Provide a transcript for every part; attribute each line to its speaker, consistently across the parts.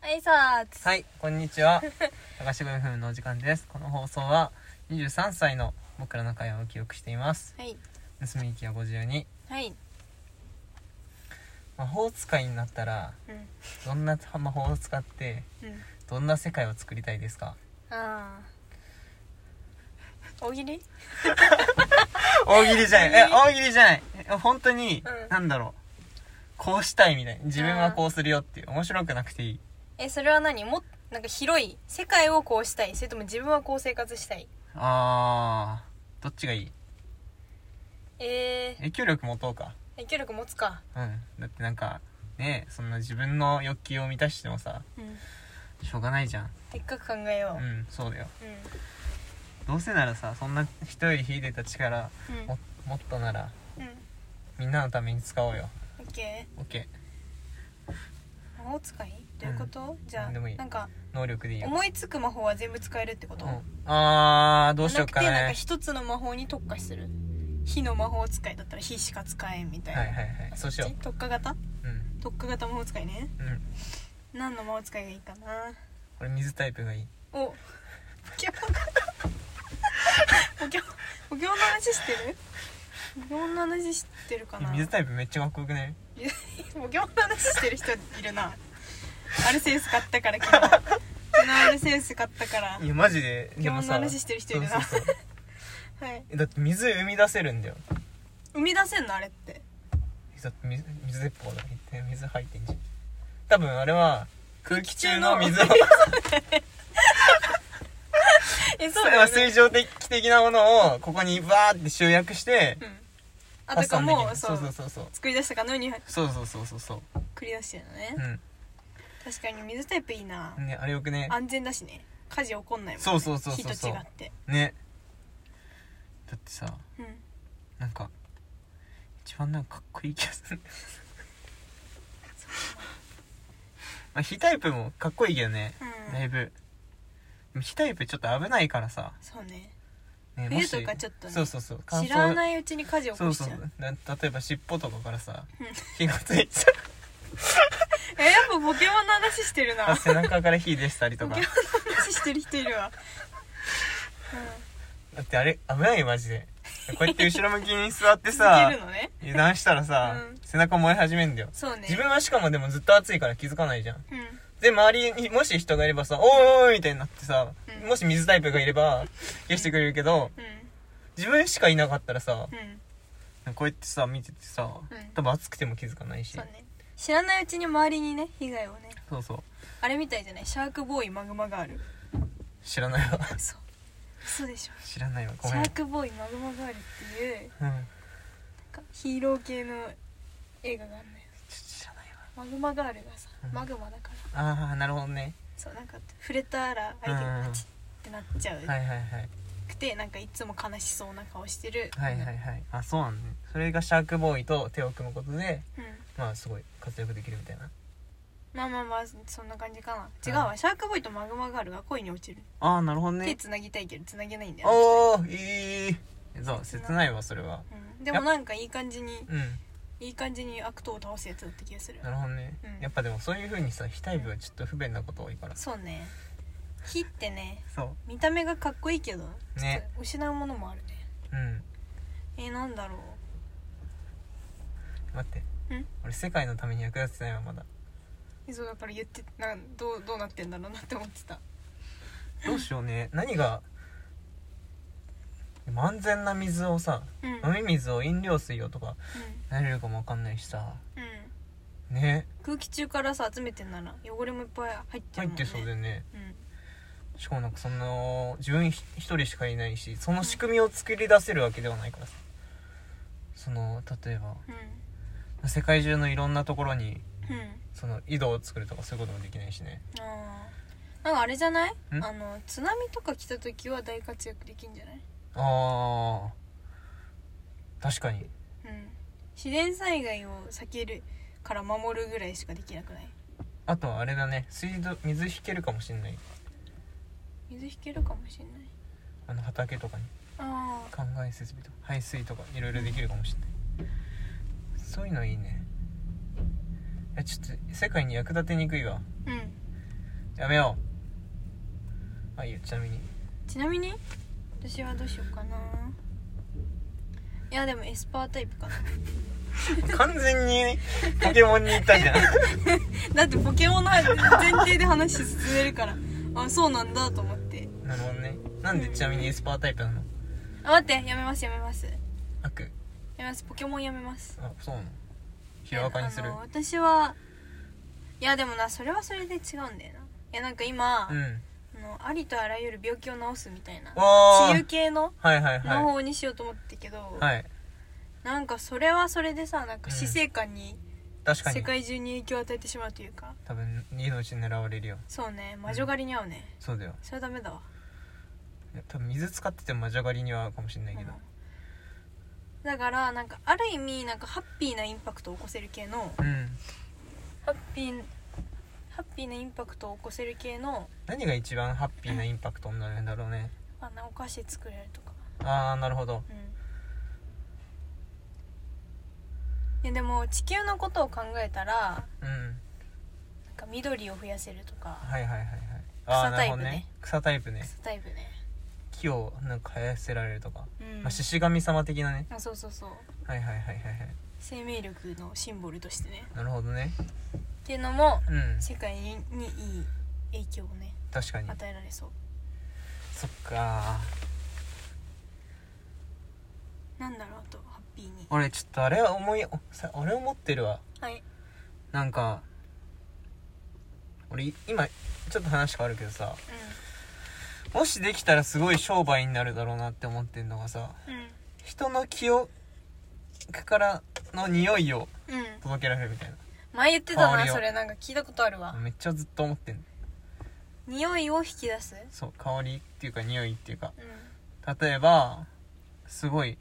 Speaker 1: はいさあつ
Speaker 2: はい、こんにちは。 高志5分のお時間です。この放送は23歳の僕らの会話を記録しています。
Speaker 1: はい
Speaker 2: 盗み聞きは52。
Speaker 1: はい
Speaker 2: 魔法使いになったら、
Speaker 1: うん
Speaker 2: どんな魔法を使って、
Speaker 1: うん
Speaker 2: どんな世界を作りたいですか
Speaker 1: ああ大喜利
Speaker 2: 大喜利じゃない。え、大喜利じゃない。え本当に、
Speaker 1: うん
Speaker 2: なんだろう。こうしたいみたいな。自分はこうするよっていう。面白くなくていい。
Speaker 1: えそれは何もなんか広い世界をこうしたいそれとも自分はこう生活したい
Speaker 2: あー、どっちがいい
Speaker 1: えー
Speaker 2: 影響力持とうか。
Speaker 1: 影響力持つか
Speaker 2: うん。だってなんか、ねそんな自分の欲求を満たしてもさ、
Speaker 1: うん
Speaker 2: しょうがないじゃん。
Speaker 1: でっかく考えよ
Speaker 2: う
Speaker 1: うん
Speaker 2: そうだよ
Speaker 1: うん
Speaker 2: どうせならさそんな人より秀でた力
Speaker 1: うん
Speaker 2: ももっとなら
Speaker 1: うん
Speaker 2: みんなのために使おうよ
Speaker 1: オッケ
Speaker 2: OK
Speaker 1: ー魔法使いどういうこと、じゃあ
Speaker 2: 何でもいい
Speaker 1: なんか
Speaker 2: 能力でいいよ、
Speaker 1: 思いつく魔法は全部使えるってこ
Speaker 2: う
Speaker 1: と、
Speaker 2: ん、あーどうしよっか
Speaker 1: なくてなんか
Speaker 2: ね
Speaker 1: 一つの魔法に特化する火の魔法使いだったら火しか使えんみたいな、
Speaker 2: はいはいはいそうしよ
Speaker 1: こっち特化型
Speaker 2: ううん
Speaker 1: 特化型魔法使いね
Speaker 2: うん
Speaker 1: 何の魔法使いがいいかな
Speaker 2: これ水タイプがいい
Speaker 1: おお経お経お経の話してるお経の話してるかな
Speaker 2: 水タイプめっちゃかっこよくない
Speaker 1: お経の話してる人いるなアルセウス買ったから昨日昨日アルセウス買ったから
Speaker 2: いやマジで
Speaker 1: お経
Speaker 2: で
Speaker 1: の
Speaker 2: もさ
Speaker 1: 話してる人いるな
Speaker 2: そうそうそう
Speaker 1: はい
Speaker 2: えだって水生み出せるんだよ
Speaker 1: 生み出せんのあれって
Speaker 2: えだって水水鉄砲だって水入ってんじゃん多分あれは空気中の水を
Speaker 1: えそ
Speaker 2: そ
Speaker 1: だ
Speaker 2: うれ
Speaker 1: よ
Speaker 2: は
Speaker 1: ね
Speaker 2: 水蒸的的なものをここにバーって集約して
Speaker 1: うんあたか
Speaker 2: 散でき
Speaker 1: も
Speaker 2: る
Speaker 1: そ
Speaker 2: そううそうそうそう
Speaker 1: 作り出したかのように
Speaker 2: そうそうそうそうそう
Speaker 1: 繰り出してるのね、
Speaker 2: う
Speaker 1: 確かに水タイプいいな、
Speaker 2: んねあれよくね
Speaker 1: 安全だしね火事起こんないもんね、
Speaker 2: そうそうそうそ
Speaker 1: 火
Speaker 2: う
Speaker 1: と
Speaker 2: そ
Speaker 1: 違
Speaker 2: う
Speaker 1: って
Speaker 2: ねだってさ
Speaker 1: うん
Speaker 2: なんか一番なんかかっこいい気がする まあ非タイプもかっこいいけどね
Speaker 1: うん
Speaker 2: だいぶでも非タイプちょっと危ないからさ、
Speaker 1: そうね
Speaker 2: ね、
Speaker 1: 冬
Speaker 2: もし
Speaker 1: とかちょっとね
Speaker 2: そうそうそう
Speaker 1: 知ら
Speaker 2: い
Speaker 1: ないうちに火事起
Speaker 2: そ
Speaker 1: こ
Speaker 2: う
Speaker 1: しち
Speaker 2: そ
Speaker 1: ゃう
Speaker 2: うな例えば尻尾とかからさ
Speaker 1: うん
Speaker 2: 火がついち ゃう
Speaker 1: えやっぱポケモンの話してるな
Speaker 2: あ
Speaker 1: ポケ
Speaker 2: 背中から火出したりと
Speaker 1: モンの
Speaker 2: か
Speaker 1: 話してる人いるわ、
Speaker 2: だってあれ危ないよマジでこうやって後ろ向きに座って
Speaker 1: うん、続
Speaker 2: さ
Speaker 1: けるのね
Speaker 2: 油断したらさ、
Speaker 1: うん
Speaker 2: 背中燃え始めんだよ
Speaker 1: そうね
Speaker 2: 自分はしかもでもずっと暑いから気づかないじゃん
Speaker 1: うん
Speaker 2: で周りにもし人がいればさ「おーいおい」みたいになってさ、
Speaker 1: うん
Speaker 2: もし水タイプがいれば消してくれるけど
Speaker 1: う
Speaker 2: 自分しかいなかったらさ
Speaker 1: んうん
Speaker 2: こうやってさ見ててさ、
Speaker 1: ん
Speaker 2: 多分暑くても気づかないし
Speaker 1: そうね知らないうちに周りにね被害をね
Speaker 2: そうそう
Speaker 1: あれみたいじゃないシャークボーイマグマガール
Speaker 2: 知らないわ
Speaker 1: そう嘘でしょ
Speaker 2: 知らないわご
Speaker 1: シ
Speaker 2: めん
Speaker 1: ャークボーイマグマガールっていう
Speaker 2: うん
Speaker 1: なんかヒーロー系の映画があるのよ
Speaker 2: ちょっと知らないわ
Speaker 1: マグマガールがさ
Speaker 2: うん
Speaker 1: マグマだから
Speaker 2: ああなるほどね
Speaker 1: そうなんか触れたら相手がパチってなっちゃう
Speaker 2: はいはいはい
Speaker 1: くてなんかいつも悲しそうな顔してる
Speaker 2: はいはいはいあそうなんだ、ね、それがシャークボーイと手を組むことで
Speaker 1: うん
Speaker 2: まあすごい活躍できるみたいな
Speaker 1: まあまあまあそんな感じかな違うわシャークボーイとマグマガールが恋に落ちる
Speaker 2: ああなるほど
Speaker 1: 手
Speaker 2: ね
Speaker 1: つなぎたいけどつなげないんだよね
Speaker 2: おおいいそう切ないわそれは
Speaker 1: うんでもなんかいい感じに
Speaker 2: うん
Speaker 1: いい感じに悪党を倒すやつだった気がする
Speaker 2: なるほどね、
Speaker 1: うん
Speaker 2: やっぱでもそういう風にさ非タイプはちょっと不便なこと多いから
Speaker 1: そうね火ってね
Speaker 2: そ
Speaker 1: 見た目がかっこいいけど
Speaker 2: うね
Speaker 1: ちょっと失うものもあるね
Speaker 2: うん
Speaker 1: えー、なんだろう
Speaker 2: 待って
Speaker 1: ん
Speaker 2: 俺世界のために役立ってないわまだ
Speaker 1: えそうだから言ってなんどうどうなってんだろうなって思ってた
Speaker 2: どうしようね何がでも安全な水をさ
Speaker 1: うんうん、う
Speaker 2: 飲
Speaker 1: ん、
Speaker 2: み水を飲料水をとかなれるかもわかんないしさね
Speaker 1: 空気中からさ集めてんなら汚れもいっぱい入ってる
Speaker 2: 入っ
Speaker 1: もんね
Speaker 2: てそうだよね
Speaker 1: うん
Speaker 2: しかもなんかその自分ひ一人しかいないしその仕組みを作り出せるわけではないからさその例えば世界中のいろんなところに
Speaker 1: うんうん
Speaker 2: その井戸を作るとかそういうこともできないしね
Speaker 1: あーなんかあれじゃない
Speaker 2: ん
Speaker 1: あの津波とか来た時は大活躍できんじゃない
Speaker 2: ああ確かに
Speaker 1: うん自然災害を避けるから守るぐらいしかできなくない
Speaker 2: あとはあれだね水道水引けるかもしんない
Speaker 1: 水引けるかもしれない
Speaker 2: あの畑とかに
Speaker 1: ああ
Speaker 2: 灌漑設備とか排水とかいろいろできるかもしんないそういうのいいねいやちょっと世界に役立てにくいわ
Speaker 1: うん
Speaker 2: やめようあいいよちなみに
Speaker 1: ちなみに私はどうしようかないやでもエスパータイプかな
Speaker 2: 完全にポケモンに行っ たじゃん
Speaker 1: だってポケモンの前提で話進めるからあそうなんだと思って
Speaker 2: なるほどねなんでちなみにエスパータイプなの
Speaker 1: あ待ってやめますやめますや
Speaker 2: 悪
Speaker 1: めますポケモンやめます
Speaker 2: あそうなのヒロアカにする
Speaker 1: あの私はいやでもなそれはそれで違うんだよないやなんか今、
Speaker 2: うん
Speaker 1: あのありとあらゆる病気を治すみたいな
Speaker 2: わー
Speaker 1: 治癒系の
Speaker 2: はいはい
Speaker 1: 魔
Speaker 2: は
Speaker 1: 法にしようと思ってたけど、
Speaker 2: いはい
Speaker 1: なんかそれはそれでさなんか死生観に
Speaker 2: 確か
Speaker 1: 世
Speaker 2: に
Speaker 1: 界中に影響を与えてしまうというか
Speaker 2: 多分命狙われるよ
Speaker 1: そうね魔女狩りに合うね、
Speaker 2: そうだよ
Speaker 1: それはダメだわ、
Speaker 2: いや多分水使ってても魔女狩りには合うかもしれないけど
Speaker 1: うんだからなんかある意味なんかハッピーなインパクトを起こせる系の
Speaker 2: うん
Speaker 1: ハッピーハッピーなインパクトを起こせる系の
Speaker 2: 何が一番ハッピーなインパクトになるんだろうね
Speaker 1: あのお菓子作れるとか
Speaker 2: ああなるほど
Speaker 1: うんいやでも地球のことを考えたら
Speaker 2: うん
Speaker 1: なんか緑を増やせるとか
Speaker 2: はいはいはいはいあー
Speaker 1: 草タイプね
Speaker 2: なるほど草タイプね
Speaker 1: 草タイプね
Speaker 2: 木をなんか生やせられるとか、
Speaker 1: うん
Speaker 2: まあ、獅子神様的なね
Speaker 1: あそうそうそう
Speaker 2: はいはいはいはいはい
Speaker 1: 生命力のシンボルとしてね
Speaker 2: なるほどね
Speaker 1: っていうのも
Speaker 2: うん
Speaker 1: 世界にいい影響をね
Speaker 2: 確かに
Speaker 1: 与えられそう
Speaker 2: そっか
Speaker 1: なんだろうあとハッピーに
Speaker 2: 俺ちょっとあれは思いおさ俺思ってるわ
Speaker 1: はい
Speaker 2: なんか俺い今ちょっと話変わるけどさもしできたらすごい商売になるだろうなって思ってんのがさ
Speaker 1: うん
Speaker 2: 人の記憶からの匂いを
Speaker 1: うんうん
Speaker 2: 届けられるみたい
Speaker 1: 前言ってた
Speaker 2: 香
Speaker 1: な
Speaker 2: りを
Speaker 1: それなんか聞いたことあるわ
Speaker 2: なめっちゃずっと思ってんの
Speaker 1: 匂いを引き出す
Speaker 2: そう香りっていうか匂いっていうか
Speaker 1: う
Speaker 2: 例えばすごい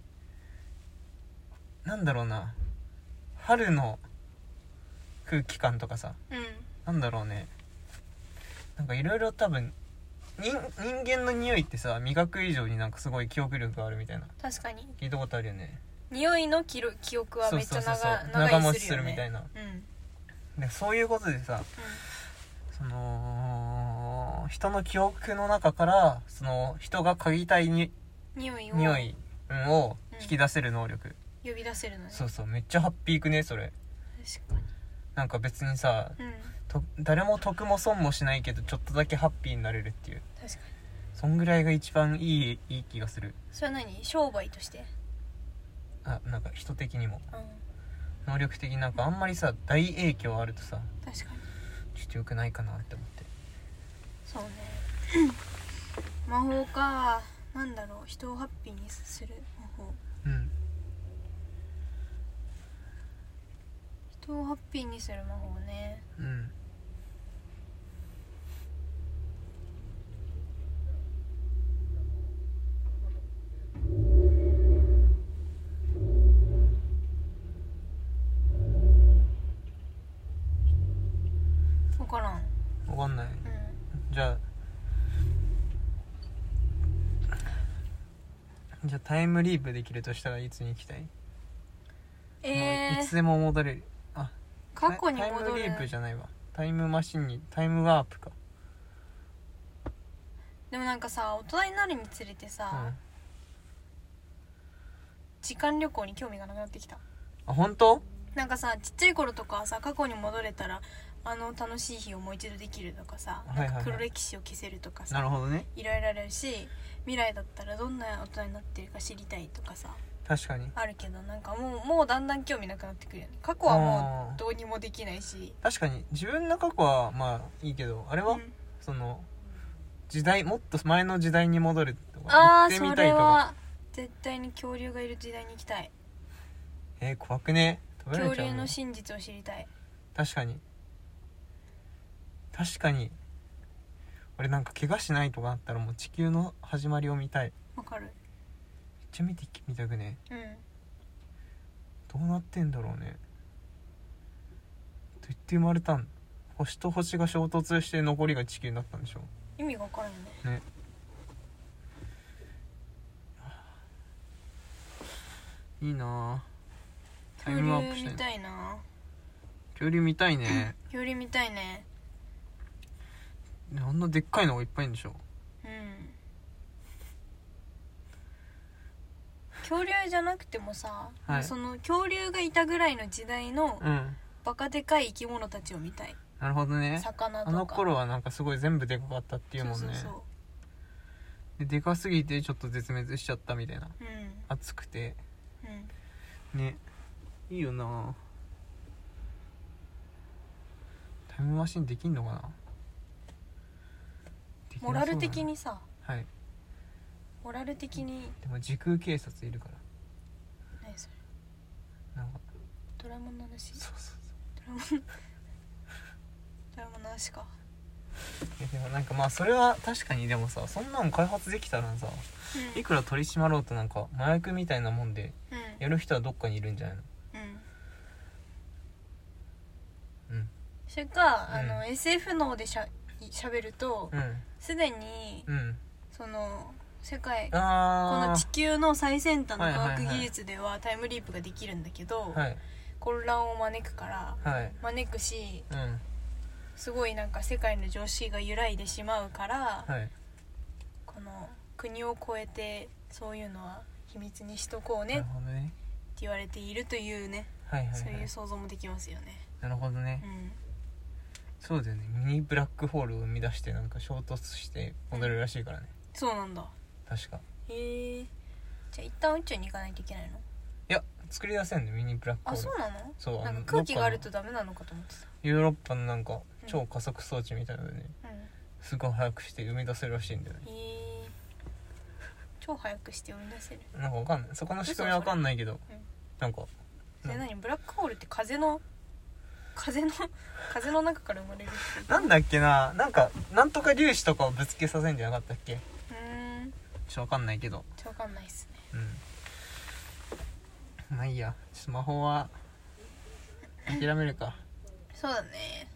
Speaker 2: なんだろうな春の空気感とかさ
Speaker 1: んうん
Speaker 2: なんだろうねなんかいろいろ多分人人間の匂いってさ味覚以上になんかすごい記憶力があるみたいな
Speaker 1: 確かに
Speaker 2: 聞いたことあるよね
Speaker 1: 匂いの記録記憶はめっちゃ長
Speaker 2: そうそうそうそう
Speaker 1: 長
Speaker 2: 長
Speaker 1: い
Speaker 2: 持ち
Speaker 1: す
Speaker 2: す
Speaker 1: るよ
Speaker 2: るみ
Speaker 1: ね
Speaker 2: たいな
Speaker 1: うん
Speaker 2: でそういうことでさその人の記憶の中からその人が嗅ぎたいに
Speaker 1: うん匂いを
Speaker 2: 匂いうんを引き出せる能力、
Speaker 1: 呼び出せるのね
Speaker 2: そうそうめっちゃハッピーいくねそれ
Speaker 1: 確か
Speaker 2: なんか別にさ
Speaker 1: にうん
Speaker 2: と誰も得も損もしないけどちょっとだけハッピーになれるっていう
Speaker 1: 確かに
Speaker 2: そんぐらいが一番いいいい気がする
Speaker 1: それは何商売として
Speaker 2: あなんか人的にも
Speaker 1: うん
Speaker 2: 能力的になんかあんまりさ大影響あるとさ
Speaker 1: 確かに
Speaker 2: ちょっと良くないかなって思って
Speaker 1: そうね魔法かなんだろう人をハッピーにする魔法
Speaker 2: うん
Speaker 1: 人をハッピーにする魔法ね
Speaker 2: うん
Speaker 1: 分からん
Speaker 2: 分かんない
Speaker 1: うん
Speaker 2: じゃあじゃあタイムリープできるとしたらいつに行きたい、
Speaker 1: え
Speaker 2: もういつ
Speaker 1: ー、
Speaker 2: でも戻れるあ
Speaker 1: 過去に
Speaker 2: タイタイ
Speaker 1: 戻
Speaker 2: ムリ
Speaker 1: る
Speaker 2: ープじゃないわタイムマシンにタイムワープか
Speaker 1: でもなんかさ大人になるにつれて
Speaker 2: うん
Speaker 1: さ
Speaker 2: あ、
Speaker 1: 時間旅行に興味がなくなってきた
Speaker 2: 本当
Speaker 1: なんかさちっちゃい頃とかさ過去に戻れたらあの楽しい日をもう一度できるとかさ、
Speaker 2: はいはいはい
Speaker 1: なんか黒歴史を消せるとかさ
Speaker 2: なるほどね
Speaker 1: いろいろあるし未来だったらどんな大人になってるか知りたいとかさ
Speaker 2: 確かに
Speaker 1: あるけどなんかもうもうだんだん興味なくなってくるよね過去はもうどうにもできないし、
Speaker 2: 確かに自分の過去はまあいいけどあれ
Speaker 1: う
Speaker 2: は、
Speaker 1: ん、
Speaker 2: その時代もっと前の時代に戻ると
Speaker 1: あ
Speaker 2: か
Speaker 1: ー
Speaker 2: 行ってみ
Speaker 1: そ
Speaker 2: たい
Speaker 1: れ
Speaker 2: とか
Speaker 1: は絶対に恐竜がいる時代に行きたい
Speaker 2: えー、怖くね食べら
Speaker 1: 恐
Speaker 2: れちゃう
Speaker 1: 竜
Speaker 2: の
Speaker 1: の真実を知りたい
Speaker 2: 確かに確かに俺なんか怪我しないとかなったらもう地球の始まりを見たいめっ
Speaker 1: わかる
Speaker 2: ちゃ見てみたくね
Speaker 1: うん
Speaker 2: どうなってんだろうねどうやって生まれたん星と星が衝突して残りが地球になったんでしょ
Speaker 1: 意味がわからんよね
Speaker 2: ねいいなぁタイ
Speaker 1: 恐
Speaker 2: ムアップし
Speaker 1: 竜見
Speaker 2: たい
Speaker 1: たいな
Speaker 2: 恐竜見たいね
Speaker 1: 恐竜見たいね
Speaker 2: ねあんなでっかいのがいっぱいいるんでしょ
Speaker 1: うん恐竜じゃなくてもさ、
Speaker 2: はい
Speaker 1: その恐竜がいたぐらいの時代の
Speaker 2: うん
Speaker 1: バカでかい生き物たちを見たい
Speaker 2: なるほどね
Speaker 1: 魚とか
Speaker 2: あの頃はなんかすごい全部でかかったっていうもんね
Speaker 1: そうそうそ
Speaker 2: ででかすぎてちょっと絶滅しちゃったみたいな
Speaker 1: うう
Speaker 2: 暑くて
Speaker 1: んうん
Speaker 2: ねいいよなタイムマシンできんのかなできなそ
Speaker 1: モ
Speaker 2: うだ
Speaker 1: ラ
Speaker 2: な
Speaker 1: ル的にさ
Speaker 2: はい
Speaker 1: モラル的に
Speaker 2: でも時空警察いるから
Speaker 1: 何それ
Speaker 2: なんか
Speaker 1: ドラえもんの話ド
Speaker 2: そうそうそ
Speaker 1: ラえもんドラえもんの話か
Speaker 2: ういやでもなんかまあそれは確かにでもさそんなん開発できたらさ
Speaker 1: うん
Speaker 2: いくら取り締まろうとなんか麻薬みたいなもんで
Speaker 1: うん
Speaker 2: やる人はどっかにいるんじゃないの
Speaker 1: うん
Speaker 2: うん
Speaker 1: それか、
Speaker 2: うん
Speaker 1: あの SF 脳でしゃ喋ると
Speaker 2: う
Speaker 1: すでに
Speaker 2: んうん
Speaker 1: その世界こ
Speaker 2: あ
Speaker 1: の地
Speaker 2: あ
Speaker 1: 球の最先端の科
Speaker 2: はいはい
Speaker 1: 学
Speaker 2: はい
Speaker 1: 技術ではタイムリープができるんだけど、
Speaker 2: はい
Speaker 1: 混乱を招くから
Speaker 2: はい
Speaker 1: 招くし
Speaker 2: うん
Speaker 1: すごいなんか世界の常識が揺らいでしまうから、
Speaker 2: はい
Speaker 1: この国を越えてそういうのは秘密にしとこう
Speaker 2: な
Speaker 1: ね
Speaker 2: る
Speaker 1: って
Speaker 2: ほどね
Speaker 1: 言われているというね、
Speaker 2: はいはい
Speaker 1: そう
Speaker 2: はい
Speaker 1: いう想像もできますよね。
Speaker 2: なるほどね
Speaker 1: うん
Speaker 2: そうだよねミニブラックホールを生み出してなんか衝突して戻るらしいからね
Speaker 1: そうなんだ
Speaker 2: 確か
Speaker 1: へえじゃあ一旦宇宙に行かないといけないの
Speaker 2: いや作り出せんねミニブラックホー
Speaker 1: あ
Speaker 2: ル
Speaker 1: そうなの
Speaker 2: そう
Speaker 1: な
Speaker 2: あ
Speaker 1: ん
Speaker 2: の
Speaker 1: か空気がある
Speaker 2: ど
Speaker 1: と
Speaker 2: っ
Speaker 1: ダメなのかと思って
Speaker 2: かのヨーロッパのなんか超加速装置みたいなのでね
Speaker 1: た、うん、へ
Speaker 2: すごい速くして生み出せるらしいんだよね
Speaker 1: え超早くして生み出せる
Speaker 2: なんかわかんないそこの仕組みわかんないけど
Speaker 1: それうん
Speaker 2: なんか
Speaker 1: それ
Speaker 2: な
Speaker 1: 何ブラックホールって風の風の風の中から生まれるっていう
Speaker 2: なんだっけななんかなんとか粒子とかをぶつけさせんじゃなかったっけち
Speaker 1: う
Speaker 2: ょ
Speaker 1: ーん
Speaker 2: っとわかんないけど
Speaker 1: ちょっとわかんないっすね
Speaker 2: うんまあいいやちょっと魔法は諦めるか
Speaker 1: そうだね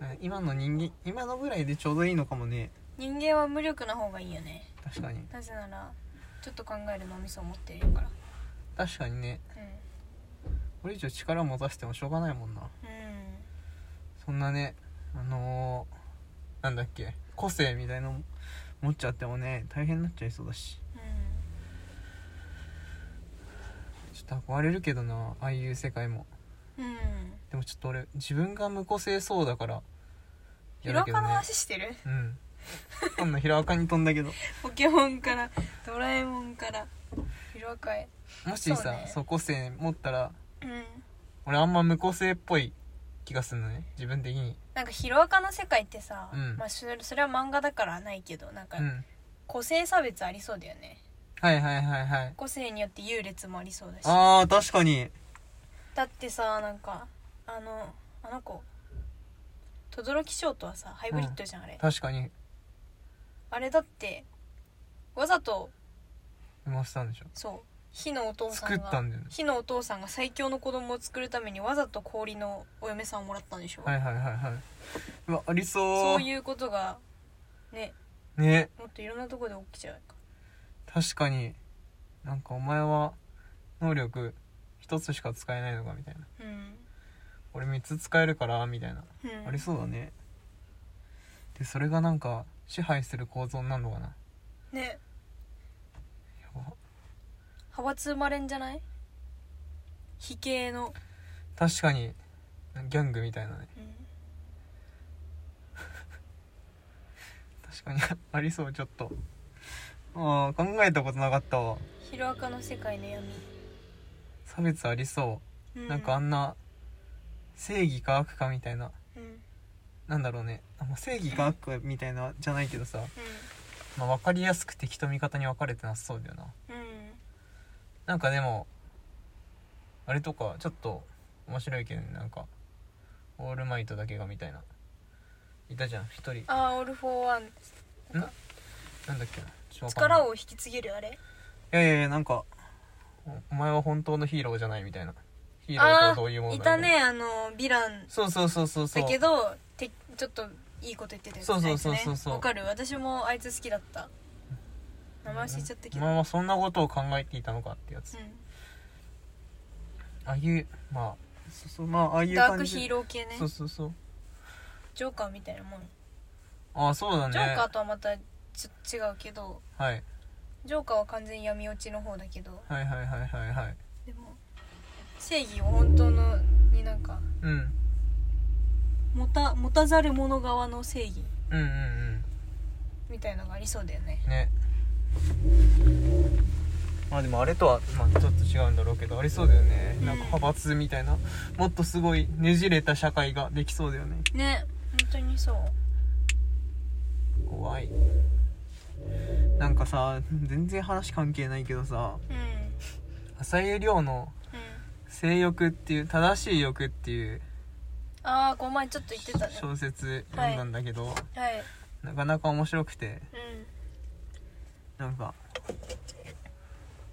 Speaker 2: うん今の人間今のぐらいでちょうどいいのかもね
Speaker 1: 人間は無力な方がいいよね
Speaker 2: 確かに
Speaker 1: なぜならちょっと考える脳みそを持っているから
Speaker 2: 確かにね
Speaker 1: う
Speaker 2: これ以上力を持たせてもしょうがないもんなん
Speaker 1: うん
Speaker 2: そんなねあのー、なんだっけ個性みたいの持っちゃってもね大変になっちゃいそうだし
Speaker 1: うん
Speaker 2: ちょっと憧れるけどなああいう世界も
Speaker 1: うん
Speaker 2: でもちょっと俺自分が無個性そうだから
Speaker 1: ヒ
Speaker 2: や
Speaker 1: ロ
Speaker 2: だ
Speaker 1: ア
Speaker 2: けど
Speaker 1: カの
Speaker 2: ね
Speaker 1: 話してる
Speaker 2: うん今度ヒロアカに飛んだけど
Speaker 1: ポケモンからドラえもんからヒロアカへ
Speaker 2: もしさ
Speaker 1: そ
Speaker 2: そうう、
Speaker 1: ね
Speaker 2: 個性持ったら
Speaker 1: うん
Speaker 2: 俺あんま無個性っぽい気がするのね自分的に
Speaker 1: なんかヒロアカの世界ってさ、
Speaker 2: うん
Speaker 1: まあ、それそれは漫画だからないけどなんか
Speaker 2: うん
Speaker 1: 個性差別ありそうだよね
Speaker 2: はいはいはいはい
Speaker 1: 個性によって優劣もありそうだし
Speaker 2: あー確かに
Speaker 1: だってさなんかあのあの子轟翔とはさハイブリッドじゃん、あれ
Speaker 2: 確かに
Speaker 1: あれだってわざと
Speaker 2: 生ませたんでしょ
Speaker 1: そう火のお父さん
Speaker 2: 作
Speaker 1: が
Speaker 2: ったんだよね
Speaker 1: 火のお父さんが最強の子供を作るためにわざと氷のお嫁さんをもらったんでしょ、
Speaker 2: はいはいはいはいうわありそ
Speaker 1: そ
Speaker 2: う
Speaker 1: ういうことがね
Speaker 2: ね
Speaker 1: もっといろんなとこで起きちゃうか
Speaker 2: 確かになんかお前は能力一つしか使えないのかみたいな
Speaker 1: うん、
Speaker 2: 俺三つ使えるからみたいな、
Speaker 1: うん、
Speaker 2: ありそうだねでそれがなんか支配する構造になるのかな
Speaker 1: ね
Speaker 2: やば
Speaker 1: 派閥生まれんじゃない非系の、
Speaker 2: 確かにギャングみたいなね
Speaker 1: うん、
Speaker 2: 確かに ありそうちょっとああ考えたことなかったわ
Speaker 1: ヒロアカの世界の闇、
Speaker 2: 差別ありそううなんかあんな正義か悪かみたいな
Speaker 1: うんうん
Speaker 2: なんだろうねあまあ正義か悪かみたいなじゃないけどさ、まあ、分かりやすく敵と味方に分かれてなさそうだよな
Speaker 1: うん
Speaker 2: なんかでもあれとかちょっと面白いけどねなんかオールマイトだけがみたいないたじゃん一人
Speaker 1: ああオール・フォー・ワン
Speaker 2: なんだっけなちょっとわかんない
Speaker 1: 力を引き継げるあれ
Speaker 2: いやいやいやなんかおお前は本当のヒーローじゃないみたいなヒーローと
Speaker 1: あ
Speaker 2: はどういうも
Speaker 1: あ
Speaker 2: の
Speaker 1: い
Speaker 2: だ
Speaker 1: た
Speaker 2: みいな
Speaker 1: ねあのヴィラン
Speaker 2: そうそうそうそうそう
Speaker 1: だけどてちょっといいこと言ってたやつ
Speaker 2: そうそうそうそ
Speaker 1: あ
Speaker 2: うそう
Speaker 1: いつねわかる私もあいつ好きだった名前忘れちゃったけ
Speaker 2: お
Speaker 1: ど、
Speaker 2: 前はそんなことを考えていたのかってやつ、ああいうまあそうそうまあああ
Speaker 1: う
Speaker 2: い
Speaker 1: ん、
Speaker 2: う
Speaker 1: ダー
Speaker 2: 感
Speaker 1: ク
Speaker 2: じ
Speaker 1: ヒーロー系ね
Speaker 2: そうそうそう
Speaker 1: ジョーカーみたいなもん
Speaker 2: ああそうだね
Speaker 1: ジョーカーとはまたち違うけど
Speaker 2: はい、
Speaker 1: ジョーカーは完全に闇落ちの方だけど
Speaker 2: はいはいはいはいはい
Speaker 1: でも正義を本当のになんか
Speaker 2: うん
Speaker 1: 持た持たざる者側の正義
Speaker 2: うんうんうん
Speaker 1: みたいのがありそうだよね
Speaker 2: ねまあでもあれとは、まあ、ちょっと違うんだろうけどありそうだよねなんか
Speaker 1: うん
Speaker 2: 派閥みたいなもっとすごいねじれた社会ができそうだよね
Speaker 1: ね本当にそう
Speaker 2: 怖いなんかさ全然話関係ないけどさ
Speaker 1: うんうん
Speaker 2: 浅井亮の「性欲」っていう「正しい欲」っていう
Speaker 1: ああこの前ちょっと言ってたね
Speaker 2: 小説読んだんだけど、
Speaker 1: はい
Speaker 2: なかなか面白くて
Speaker 1: うん
Speaker 2: なんか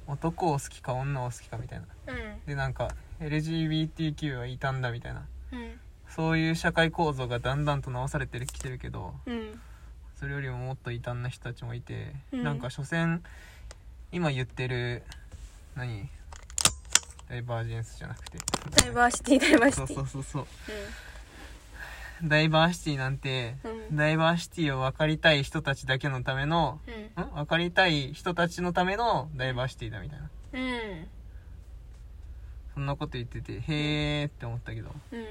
Speaker 2: 男を好きか女を好きかみたい
Speaker 1: う
Speaker 2: な
Speaker 1: ん
Speaker 2: でなんか LGBTQ はいたんだみたいな
Speaker 1: うん
Speaker 2: そういう社会構造がだんだんと直されてきてるけど
Speaker 1: うん
Speaker 2: それよりももっと異端な人たちもいて、
Speaker 1: うん
Speaker 2: なんか所詮今言ってる何ダイバージェンスじゃなくて
Speaker 1: ダイバーシティダイバーシ
Speaker 2: そう
Speaker 1: テ
Speaker 2: そ
Speaker 1: ィ
Speaker 2: うそうそうダイバーシティなんて、
Speaker 1: うん
Speaker 2: ダイバーシティを分かりたい人たちだけのための
Speaker 1: うん
Speaker 2: ん分かりたい人たちのためのダイバーシティだみたいな
Speaker 1: うん
Speaker 2: そんなこと言っててへーって思ったけど
Speaker 1: うん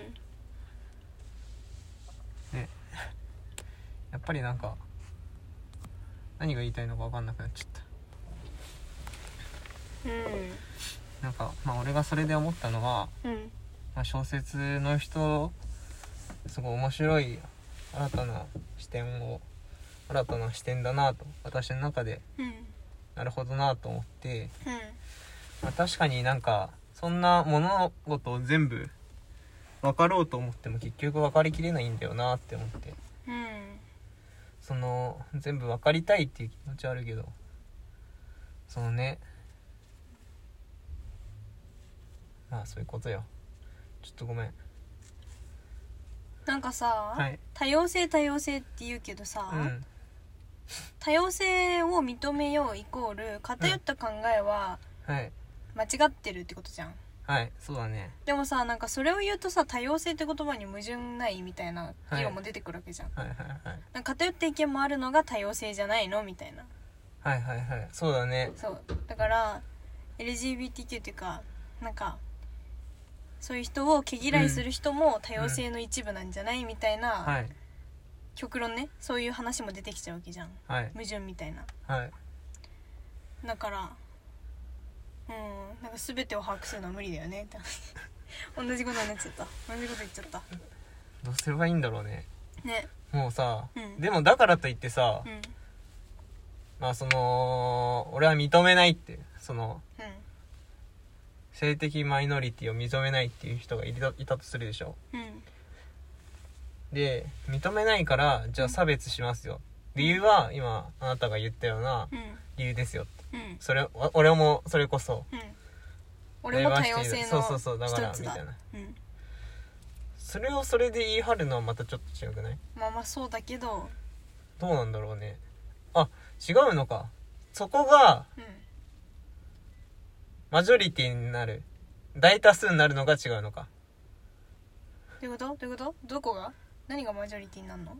Speaker 2: やっぱりなんか何が言いたいのか分かんなくなっちゃった
Speaker 1: うん
Speaker 2: なんか、まあ、俺がそれで思ったのは、
Speaker 1: うん
Speaker 2: まあ、小説の人すごい面白い新たな視点を新たな視点だなと私の中で
Speaker 1: うん
Speaker 2: なるほどなと思って、
Speaker 1: うん
Speaker 2: まあ、確かになんかそんな物事を全部分かろうと思っても結局分かりきれないんだよなって思って
Speaker 1: うん
Speaker 2: その全部分かりたいっていう気持ちはあるけどそのねまあそういうことよちょっとごめん
Speaker 1: なんかさ、
Speaker 2: はい
Speaker 1: 多様性多様性って言うけどさ、
Speaker 2: うん
Speaker 1: 多様性を認めようイコール偏った考えは
Speaker 2: はい
Speaker 1: 間違ってるってことじゃん
Speaker 2: はいそうだね
Speaker 1: でもさなんかそれを言うとさ多様性って言葉に矛盾ないみたいな議論も出てくるわけじゃん,、
Speaker 2: はいはいはい
Speaker 1: なんか偏った意見もあるのが多様性じゃないのみたいな
Speaker 2: はいはいはいそうだね
Speaker 1: そうだから LGBTQ っていうかなんかそういう人を毛嫌いする人も多様性の一部なんじゃないみたいな、
Speaker 2: はい
Speaker 1: 極論ねそういう話も出てきちゃうわけじゃん
Speaker 2: はい
Speaker 1: 矛盾みたいな
Speaker 2: はい
Speaker 1: だからうんなんか全てを把握するのは無理だよねって 同じことになっちゃった同じこと言っちゃった
Speaker 2: どうすればいいんだろうね
Speaker 1: ね
Speaker 2: もうさ、
Speaker 1: うん
Speaker 2: でもだからといってさ、
Speaker 1: うん
Speaker 2: まあその俺は認めないってその性的マイノリティを認めないっていう人がいたいたとするでしょ
Speaker 1: うんうん
Speaker 2: で認めないからじゃあ差別しますよ理由は今あなたが言ったような
Speaker 1: うん
Speaker 2: 理由ですよって
Speaker 1: うん
Speaker 2: それお俺もそれこそ
Speaker 1: うん俺も多様性の一つ
Speaker 2: そう
Speaker 1: だ
Speaker 2: そうそうだからみたいな
Speaker 1: うん
Speaker 2: それをそれで言い張るのはまたちょっと違くない
Speaker 1: まあまあそうだけど
Speaker 2: どうなんだろうねあ違うのかそこが
Speaker 1: うん
Speaker 2: マジョリティになる大多数になるのが違うのか
Speaker 1: どういうことどういうことどこが何がマジョリティになるの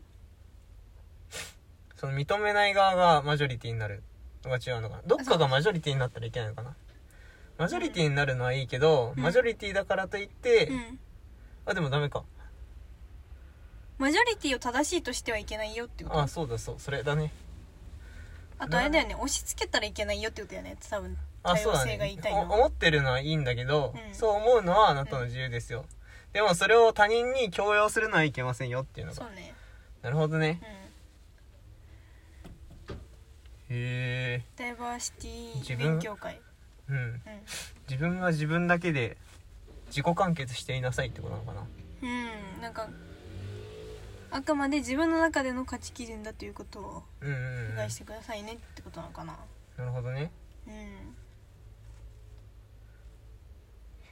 Speaker 2: その認めない側がマジョリティになるのが違うのかなどっかがマジョリティになったらいけないのかなマジョリティになるのはいいけど、
Speaker 1: うん
Speaker 2: マジョリティだからといって、
Speaker 1: うん
Speaker 2: あでもダメか
Speaker 1: マジョリティを正しいとしてはいけないよってこと
Speaker 2: あそうだそうそれだね
Speaker 1: あとあれだよね押し付けたらいけないよってことだよね多分
Speaker 2: あ
Speaker 1: 多
Speaker 2: そう
Speaker 1: 様
Speaker 2: だ
Speaker 1: 性が言
Speaker 2: ね
Speaker 1: いたい
Speaker 2: お
Speaker 1: のは
Speaker 2: 思ってるのはいいんだけど、
Speaker 1: うん
Speaker 2: そう思うのはあなたの自由ですよ、でもそれを他人に強要するのはいけませんよっていうの
Speaker 1: そ
Speaker 2: が
Speaker 1: うね
Speaker 2: なるほどね
Speaker 1: うん
Speaker 2: へ
Speaker 1: ダイバーシテ
Speaker 2: 自
Speaker 1: ィ
Speaker 2: 分
Speaker 1: 勉強会
Speaker 2: えうん
Speaker 1: うん
Speaker 2: 自分は自分だけで自己完結していなさいってことなのかな
Speaker 1: うんなんかあくまで自分の中での価値基準だということを
Speaker 2: うんうん、うん、
Speaker 1: 理
Speaker 2: な
Speaker 1: 解
Speaker 2: る
Speaker 1: してくださいねってことなのかな
Speaker 2: ほどね
Speaker 1: うん
Speaker 2: へ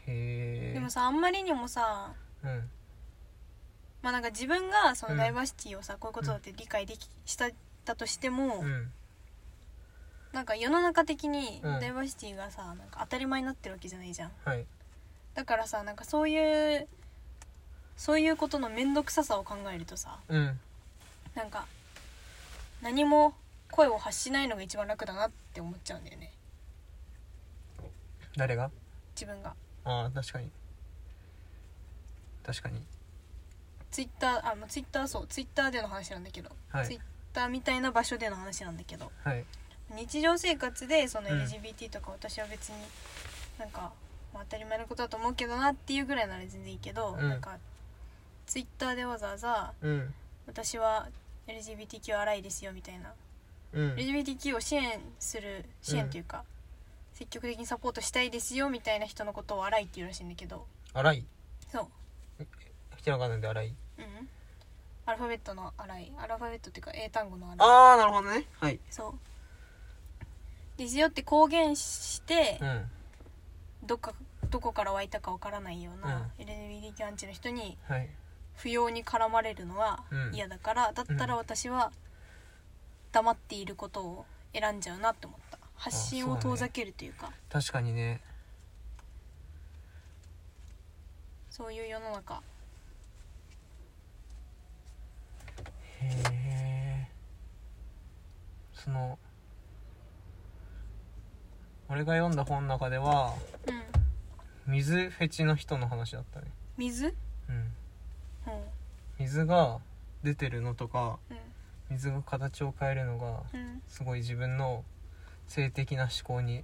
Speaker 2: え
Speaker 1: でもさあんまりにもさ
Speaker 2: うん
Speaker 1: まあなんか自分がそ
Speaker 2: うん
Speaker 1: のダイバーシティをさこういうことだって理解できしただとしても
Speaker 2: うん
Speaker 1: なんか世の中的に
Speaker 2: うん
Speaker 1: ダイバーシティがさなんか当たり前になってるわけじゃないじゃん
Speaker 2: はい
Speaker 1: だからさなんかそういうそういうことの面倒くささを考えるとさ
Speaker 2: うん
Speaker 1: なんか何も声を発しないのが一番楽だなって思っちゃうんだよね
Speaker 2: 誰が
Speaker 1: 自分が
Speaker 2: ああ確かに確かに
Speaker 1: ツイッターあもうツイッターそうツイッターでの話なんだけど、
Speaker 2: は
Speaker 1: ツイ
Speaker 2: い
Speaker 1: ッターみたいな場所での話なんだけど
Speaker 2: はい
Speaker 1: 日常生活でその
Speaker 2: うん
Speaker 1: LGBT とか私は別になんか、まあ、当たり前のことだと思うけどなっていうぐらいなら全然いいけど、
Speaker 2: うん
Speaker 1: なんかツイッターでわざわざ
Speaker 2: うん
Speaker 1: 私は LGBTQ 荒いですよみたいな、
Speaker 2: うん
Speaker 1: LGBTQ を支援する支援というか、積極的にサポートしたいですよみたいな人のことを荒いっていうらしいんだけど
Speaker 2: 荒い
Speaker 1: そう
Speaker 2: ひらがなで荒い
Speaker 1: うんアルファベットの荒いアルファベットっていうか英単語の荒い
Speaker 2: ああなるほどねはい
Speaker 1: そうですよって公言して、
Speaker 2: うん
Speaker 1: どっかどこから湧いたかわからないような、LGBTQ アンチの人に
Speaker 2: はい
Speaker 1: 不要に絡まれるのは
Speaker 2: うん
Speaker 1: 嫌だから、だったら私は黙っていることを選んじゃうなって思った発信を
Speaker 2: あそう
Speaker 1: 遠
Speaker 2: ね
Speaker 1: ざけるというかそう,、
Speaker 2: 確かにね
Speaker 1: いう世の中
Speaker 2: へえその俺が読んだ本の中では
Speaker 1: うん
Speaker 2: 水フェチの人の話だったね
Speaker 1: 水うん
Speaker 2: うん水が出てるのとか
Speaker 1: う
Speaker 2: 水が形を変えるのが
Speaker 1: んうん
Speaker 2: すごい自分の性的な思考に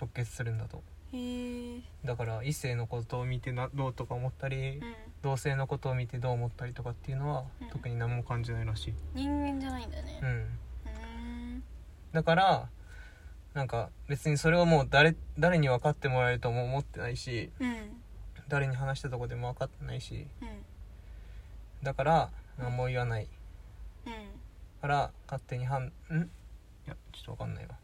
Speaker 2: 直結するんだと
Speaker 1: へえ
Speaker 2: だから異性のことを見てなどうとか思ったり、
Speaker 1: うん
Speaker 2: 同性のことを見てどう思ったりとかっていうのは、
Speaker 1: うん
Speaker 2: 特に何も感じないらしい、
Speaker 1: 人間じゃないんだね
Speaker 2: うん、
Speaker 1: うーん
Speaker 2: だからなんか別にそれをもう誰誰に分かってもらえるとも思ってないし
Speaker 1: うん
Speaker 2: 誰に話したとこでも分かってないし
Speaker 1: うん
Speaker 2: だから何も言わない
Speaker 1: うん
Speaker 2: から勝手にはんんいやちょっと分かんないわ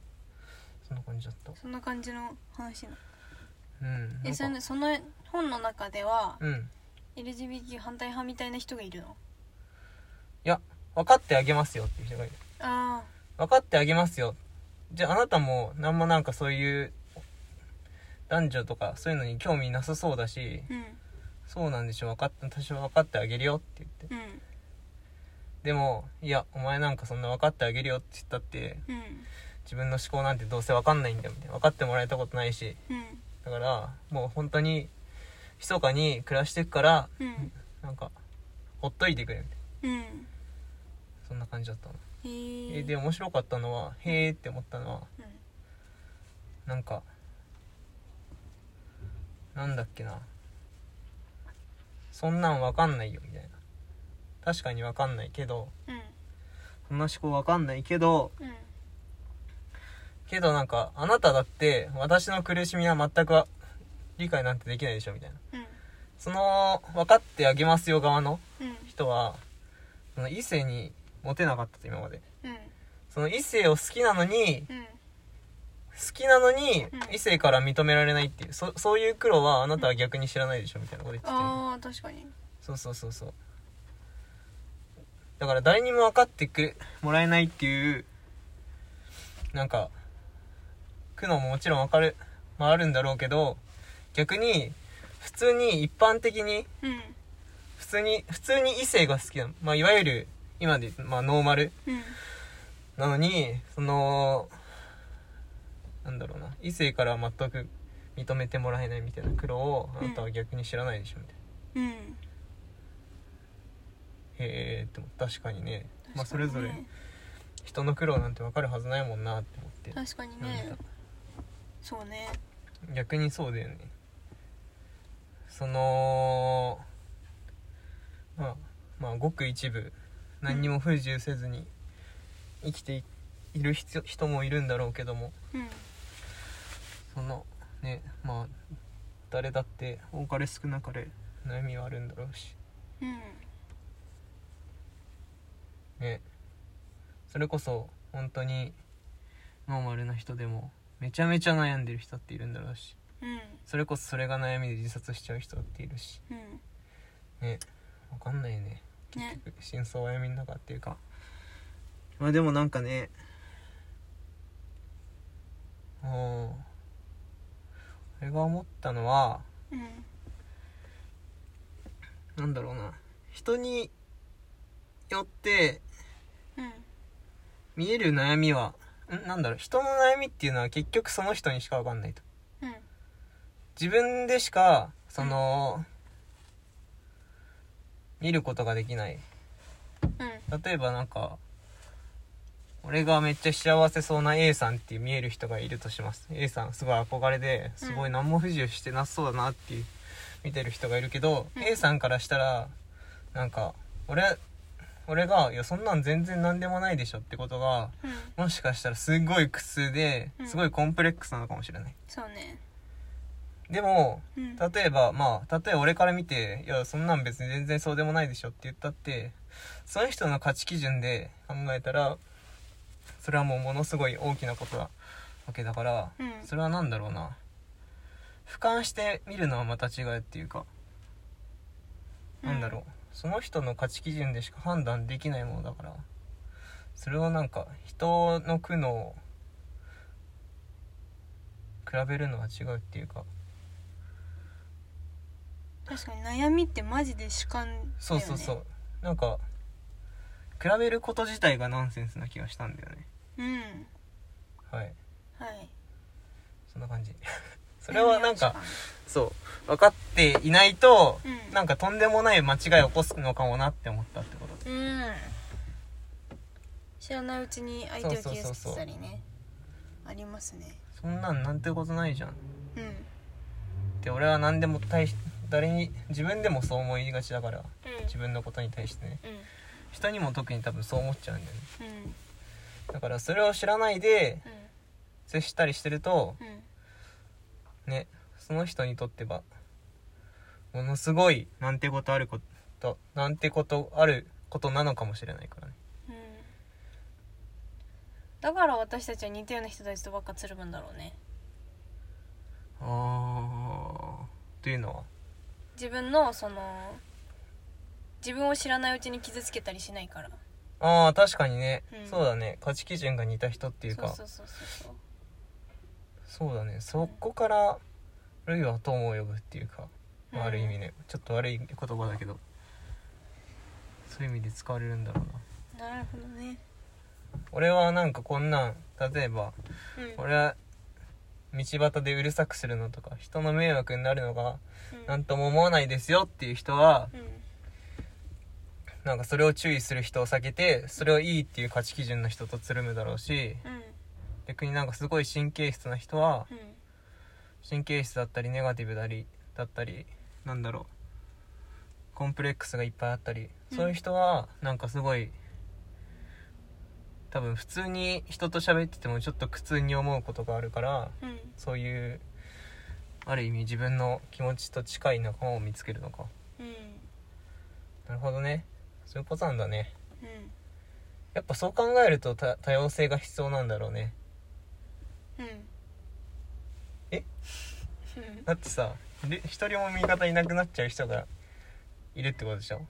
Speaker 2: そんな感じだった
Speaker 1: そんな感じの話なの
Speaker 2: うんなんか
Speaker 1: えそのその本の中では、
Speaker 2: うん、
Speaker 1: LGBTQ 反対派みたいな人がいるの
Speaker 2: 分かってあげますよっていう人がいる
Speaker 1: あ
Speaker 2: 分かってあげますよじゃああなたも何もなんかそういう男女とかそういうのに興味なさそうだし
Speaker 1: あうん
Speaker 2: そうなんでしょ分かっ私は分かってあげるよって言って
Speaker 1: うん
Speaker 2: でもいやお前なんかそんな分かってあげるよって言ったって
Speaker 1: うん
Speaker 2: 自分の思考なんてどうせ分かんないんだよみたいな分かってもらえたことないし
Speaker 1: うん
Speaker 2: だからもう本当に密かに暮らしていくから
Speaker 1: うん
Speaker 2: なんかほっといてくれみたいな
Speaker 1: うん
Speaker 2: そんな感じだったの、
Speaker 1: へー
Speaker 2: えで面白かったのはへーって思ったのは
Speaker 1: うん
Speaker 2: なんかなんだっけなそんなんわかんないよみたいな確かにわかんないけど
Speaker 1: うん
Speaker 2: そんな思考わかんないけど
Speaker 1: うん
Speaker 2: けどなんかあなただって私の苦しみは全くわ理解なんてできないでしょみたいな
Speaker 1: うん
Speaker 2: その分かってあげますよ側の
Speaker 1: うん
Speaker 2: 人はその異性にモテなかったと今まで
Speaker 1: うん
Speaker 2: その異性を好きなのに
Speaker 1: うん
Speaker 2: 好きなのに
Speaker 1: うん
Speaker 2: 異性から認められないっていうそそういう苦労はあなたは逆に知らないでしょみたいなこと言ってて
Speaker 1: ああ確かに
Speaker 2: そうそうそうそうだから誰にも分かってくれもらえないっていうなんか苦悩ももちろん分かる、まあ、あるんだろうけど逆に普通に一般的に
Speaker 1: うん
Speaker 2: 普通に普通に異性が好きなの、まあ、いわゆる今で言う、まあ、ノーマル
Speaker 1: うん
Speaker 2: なのにそのなんだろうな異性からは全く認めてもらえないみたいな苦労をあなたは逆に知らないでしょみたいな。
Speaker 1: うん
Speaker 2: へえって思った確かにねま
Speaker 1: 確
Speaker 2: あ、
Speaker 1: か
Speaker 2: そ
Speaker 1: に
Speaker 2: れ
Speaker 1: ね
Speaker 2: ぞれ人の苦労なんて分かるはずないもんなって思って
Speaker 1: 確かにねそうね
Speaker 2: 逆にそうだよねそのまあまあごく一部何にも不自由せずに生きていいる人人もいるんだろうけども
Speaker 1: うん
Speaker 2: そのねまあ誰だって多かれ少なかれ悩みはあるんだろうし
Speaker 1: うん
Speaker 2: ねそれこそ本当にノーマルな人でもめちゃめちゃ悩んでる人っているんだろうし
Speaker 1: うん
Speaker 2: それこそそれが悩みで自殺しちゃう人だっているし
Speaker 1: うん
Speaker 2: ねわかんないね結
Speaker 1: ね
Speaker 2: 局真相は闇の中っていうかまあでもなんかねうん俺が思ったのは
Speaker 1: うん
Speaker 2: なんだろうな人によって
Speaker 1: うん
Speaker 2: 見える悩みはんなんだろう人の悩みっていうのは結局その人にしか分かんないと
Speaker 1: うん
Speaker 2: 自分でしかその、見ることができない
Speaker 1: うん
Speaker 2: 例えばなんか俺がめっちゃ幸せそうな A さんっていう見える人がいるとします A さんすごい憧れですご
Speaker 1: う
Speaker 2: い
Speaker 1: ん
Speaker 2: 何も不自由してなさそうだなっていう見てる人がいるけど、
Speaker 1: うん
Speaker 2: A さんからしたらなんか俺俺が「いやそんなん全然何でもないでしょ」ってことが
Speaker 1: うん
Speaker 2: もしかしたらすごい苦痛で
Speaker 1: うん
Speaker 2: すごいコンプレックスなのかもしれない。
Speaker 1: そうね
Speaker 2: でも
Speaker 1: うん
Speaker 2: 例えばまあ例えば俺から見て「いやそんなん別に全然そうでもないでしょ」って言ったってその人の価値基準で考えたらそれはもうものすごい大きなことなわけだから
Speaker 1: うん
Speaker 2: それは何だろうな俯瞰して見るのはまた違うっていうかなんだろうその人の価値基準でしか判断できないものだからそれをなんか人の苦悩を比べるのは違うっていうか
Speaker 1: 確かに悩みってマジで主観だよね
Speaker 2: そうそうそう、なんか比べること自体がナンセンスな気がしたんだよね
Speaker 1: うん
Speaker 2: はい
Speaker 1: はい
Speaker 2: そんな感じ それはな
Speaker 1: 悩
Speaker 2: ん
Speaker 1: み
Speaker 2: か
Speaker 1: は
Speaker 2: そう分かっていないと、
Speaker 1: うん
Speaker 2: なんかとんでもない間違いを起こすのかもなって思ったってこと
Speaker 1: 主観うん知らないうちに相手を傷つけてたりねありますね
Speaker 2: そんなんなんてことないじゃんっ
Speaker 1: うん
Speaker 2: て俺は何でも対し誰に自分でもそう思いがちだから自
Speaker 1: う
Speaker 2: 分のことに対してね
Speaker 1: ん
Speaker 2: 人にも特に多分そう思っちゃうんだよね
Speaker 1: うん
Speaker 2: だからそれを知らないで
Speaker 1: う
Speaker 2: 接したりしてると
Speaker 1: んうん
Speaker 2: ねその人にとってはものすごいなんてことあることなんてことあることなのかもしれないからね
Speaker 1: うんだから私たちは似たような人たちとばっかつるむんだろうね
Speaker 2: ああというのは
Speaker 1: 自分のその自分を知らないうちに傷つけたりしないから
Speaker 2: ああ確かにね、
Speaker 1: うん
Speaker 2: そうだね価値基準が似た人っていうかそ
Speaker 1: そううそうそうそう
Speaker 2: だねそこからあるいは友を呼ぶっていうか、まあ
Speaker 1: うん
Speaker 2: ある意味ねちょっと悪い言葉だけどそういう意味で使われるんだろうな
Speaker 1: そうなるほどね
Speaker 2: 俺はなんかこんなん例えば
Speaker 1: うん
Speaker 2: 俺は道端でうるさくするのとか人の迷惑になるのが
Speaker 1: うん
Speaker 2: 何とも思わないですよっていう人は
Speaker 1: うん
Speaker 2: なんかそれを注意する人を避けてそれをいいっていう価値基準の人とつるむだろうし
Speaker 1: うん
Speaker 2: 逆になんかすごい神経質な人は
Speaker 1: うん
Speaker 2: 神経質だったりネガティブだりだったりなんだろうコンプレックスがいっぱいあったり
Speaker 1: うん
Speaker 2: そういう人はなんかすごい多分普通に人と喋っててもちょっと苦痛に思うことがあるから
Speaker 1: うん
Speaker 2: そういうある意味自分の気持ちと近い仲間を見つけるのか
Speaker 1: うん
Speaker 2: なるほどねそういうことなんだね
Speaker 1: うん
Speaker 2: やっぱそう考えるとた多様性が必要なんだろうね
Speaker 1: うん
Speaker 2: え
Speaker 1: うん
Speaker 2: だってさで一人も味方いなくなっちゃう人がいるってことでしょ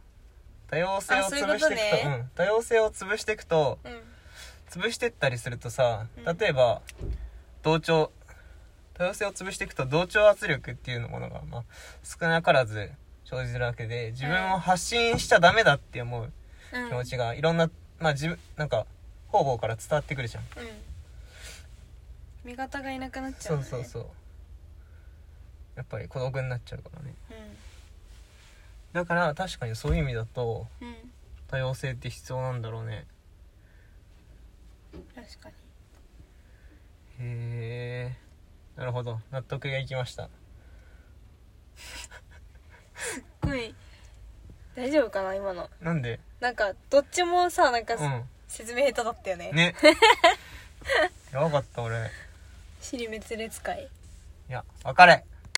Speaker 2: 多様性を
Speaker 1: あそういうこ
Speaker 2: 潰し
Speaker 1: と
Speaker 2: てい
Speaker 1: ね
Speaker 2: くとうん、多様性を潰していくと
Speaker 1: うん
Speaker 2: 潰してったりするとさ
Speaker 1: うん
Speaker 2: 例えば同調多様性を潰していくと同調圧力っていうものが、まあ、少なからず生じるわけで自分を発信しちゃダメだって思う
Speaker 1: うん
Speaker 2: 気持ちがいろんな、まあ自分なんか方々から伝わってくるじゃん、
Speaker 1: うん味方がいなくなっちゃ
Speaker 2: そううん
Speaker 1: だ
Speaker 2: そう
Speaker 1: ね
Speaker 2: そうやっぱり孤独になっちゃうからね
Speaker 1: う
Speaker 2: だから確かにそういう意味だと
Speaker 1: んうん
Speaker 2: 多様性って必要なんだろうね
Speaker 1: 確かに
Speaker 2: へえなるほど納得がいきました
Speaker 1: すっごい大丈夫かな今の
Speaker 2: なんで
Speaker 1: なんかどっちもさなんか、
Speaker 2: う
Speaker 1: 説明下手だったよね
Speaker 2: んね やばかった俺
Speaker 1: 尻滅裂会
Speaker 2: いや別れ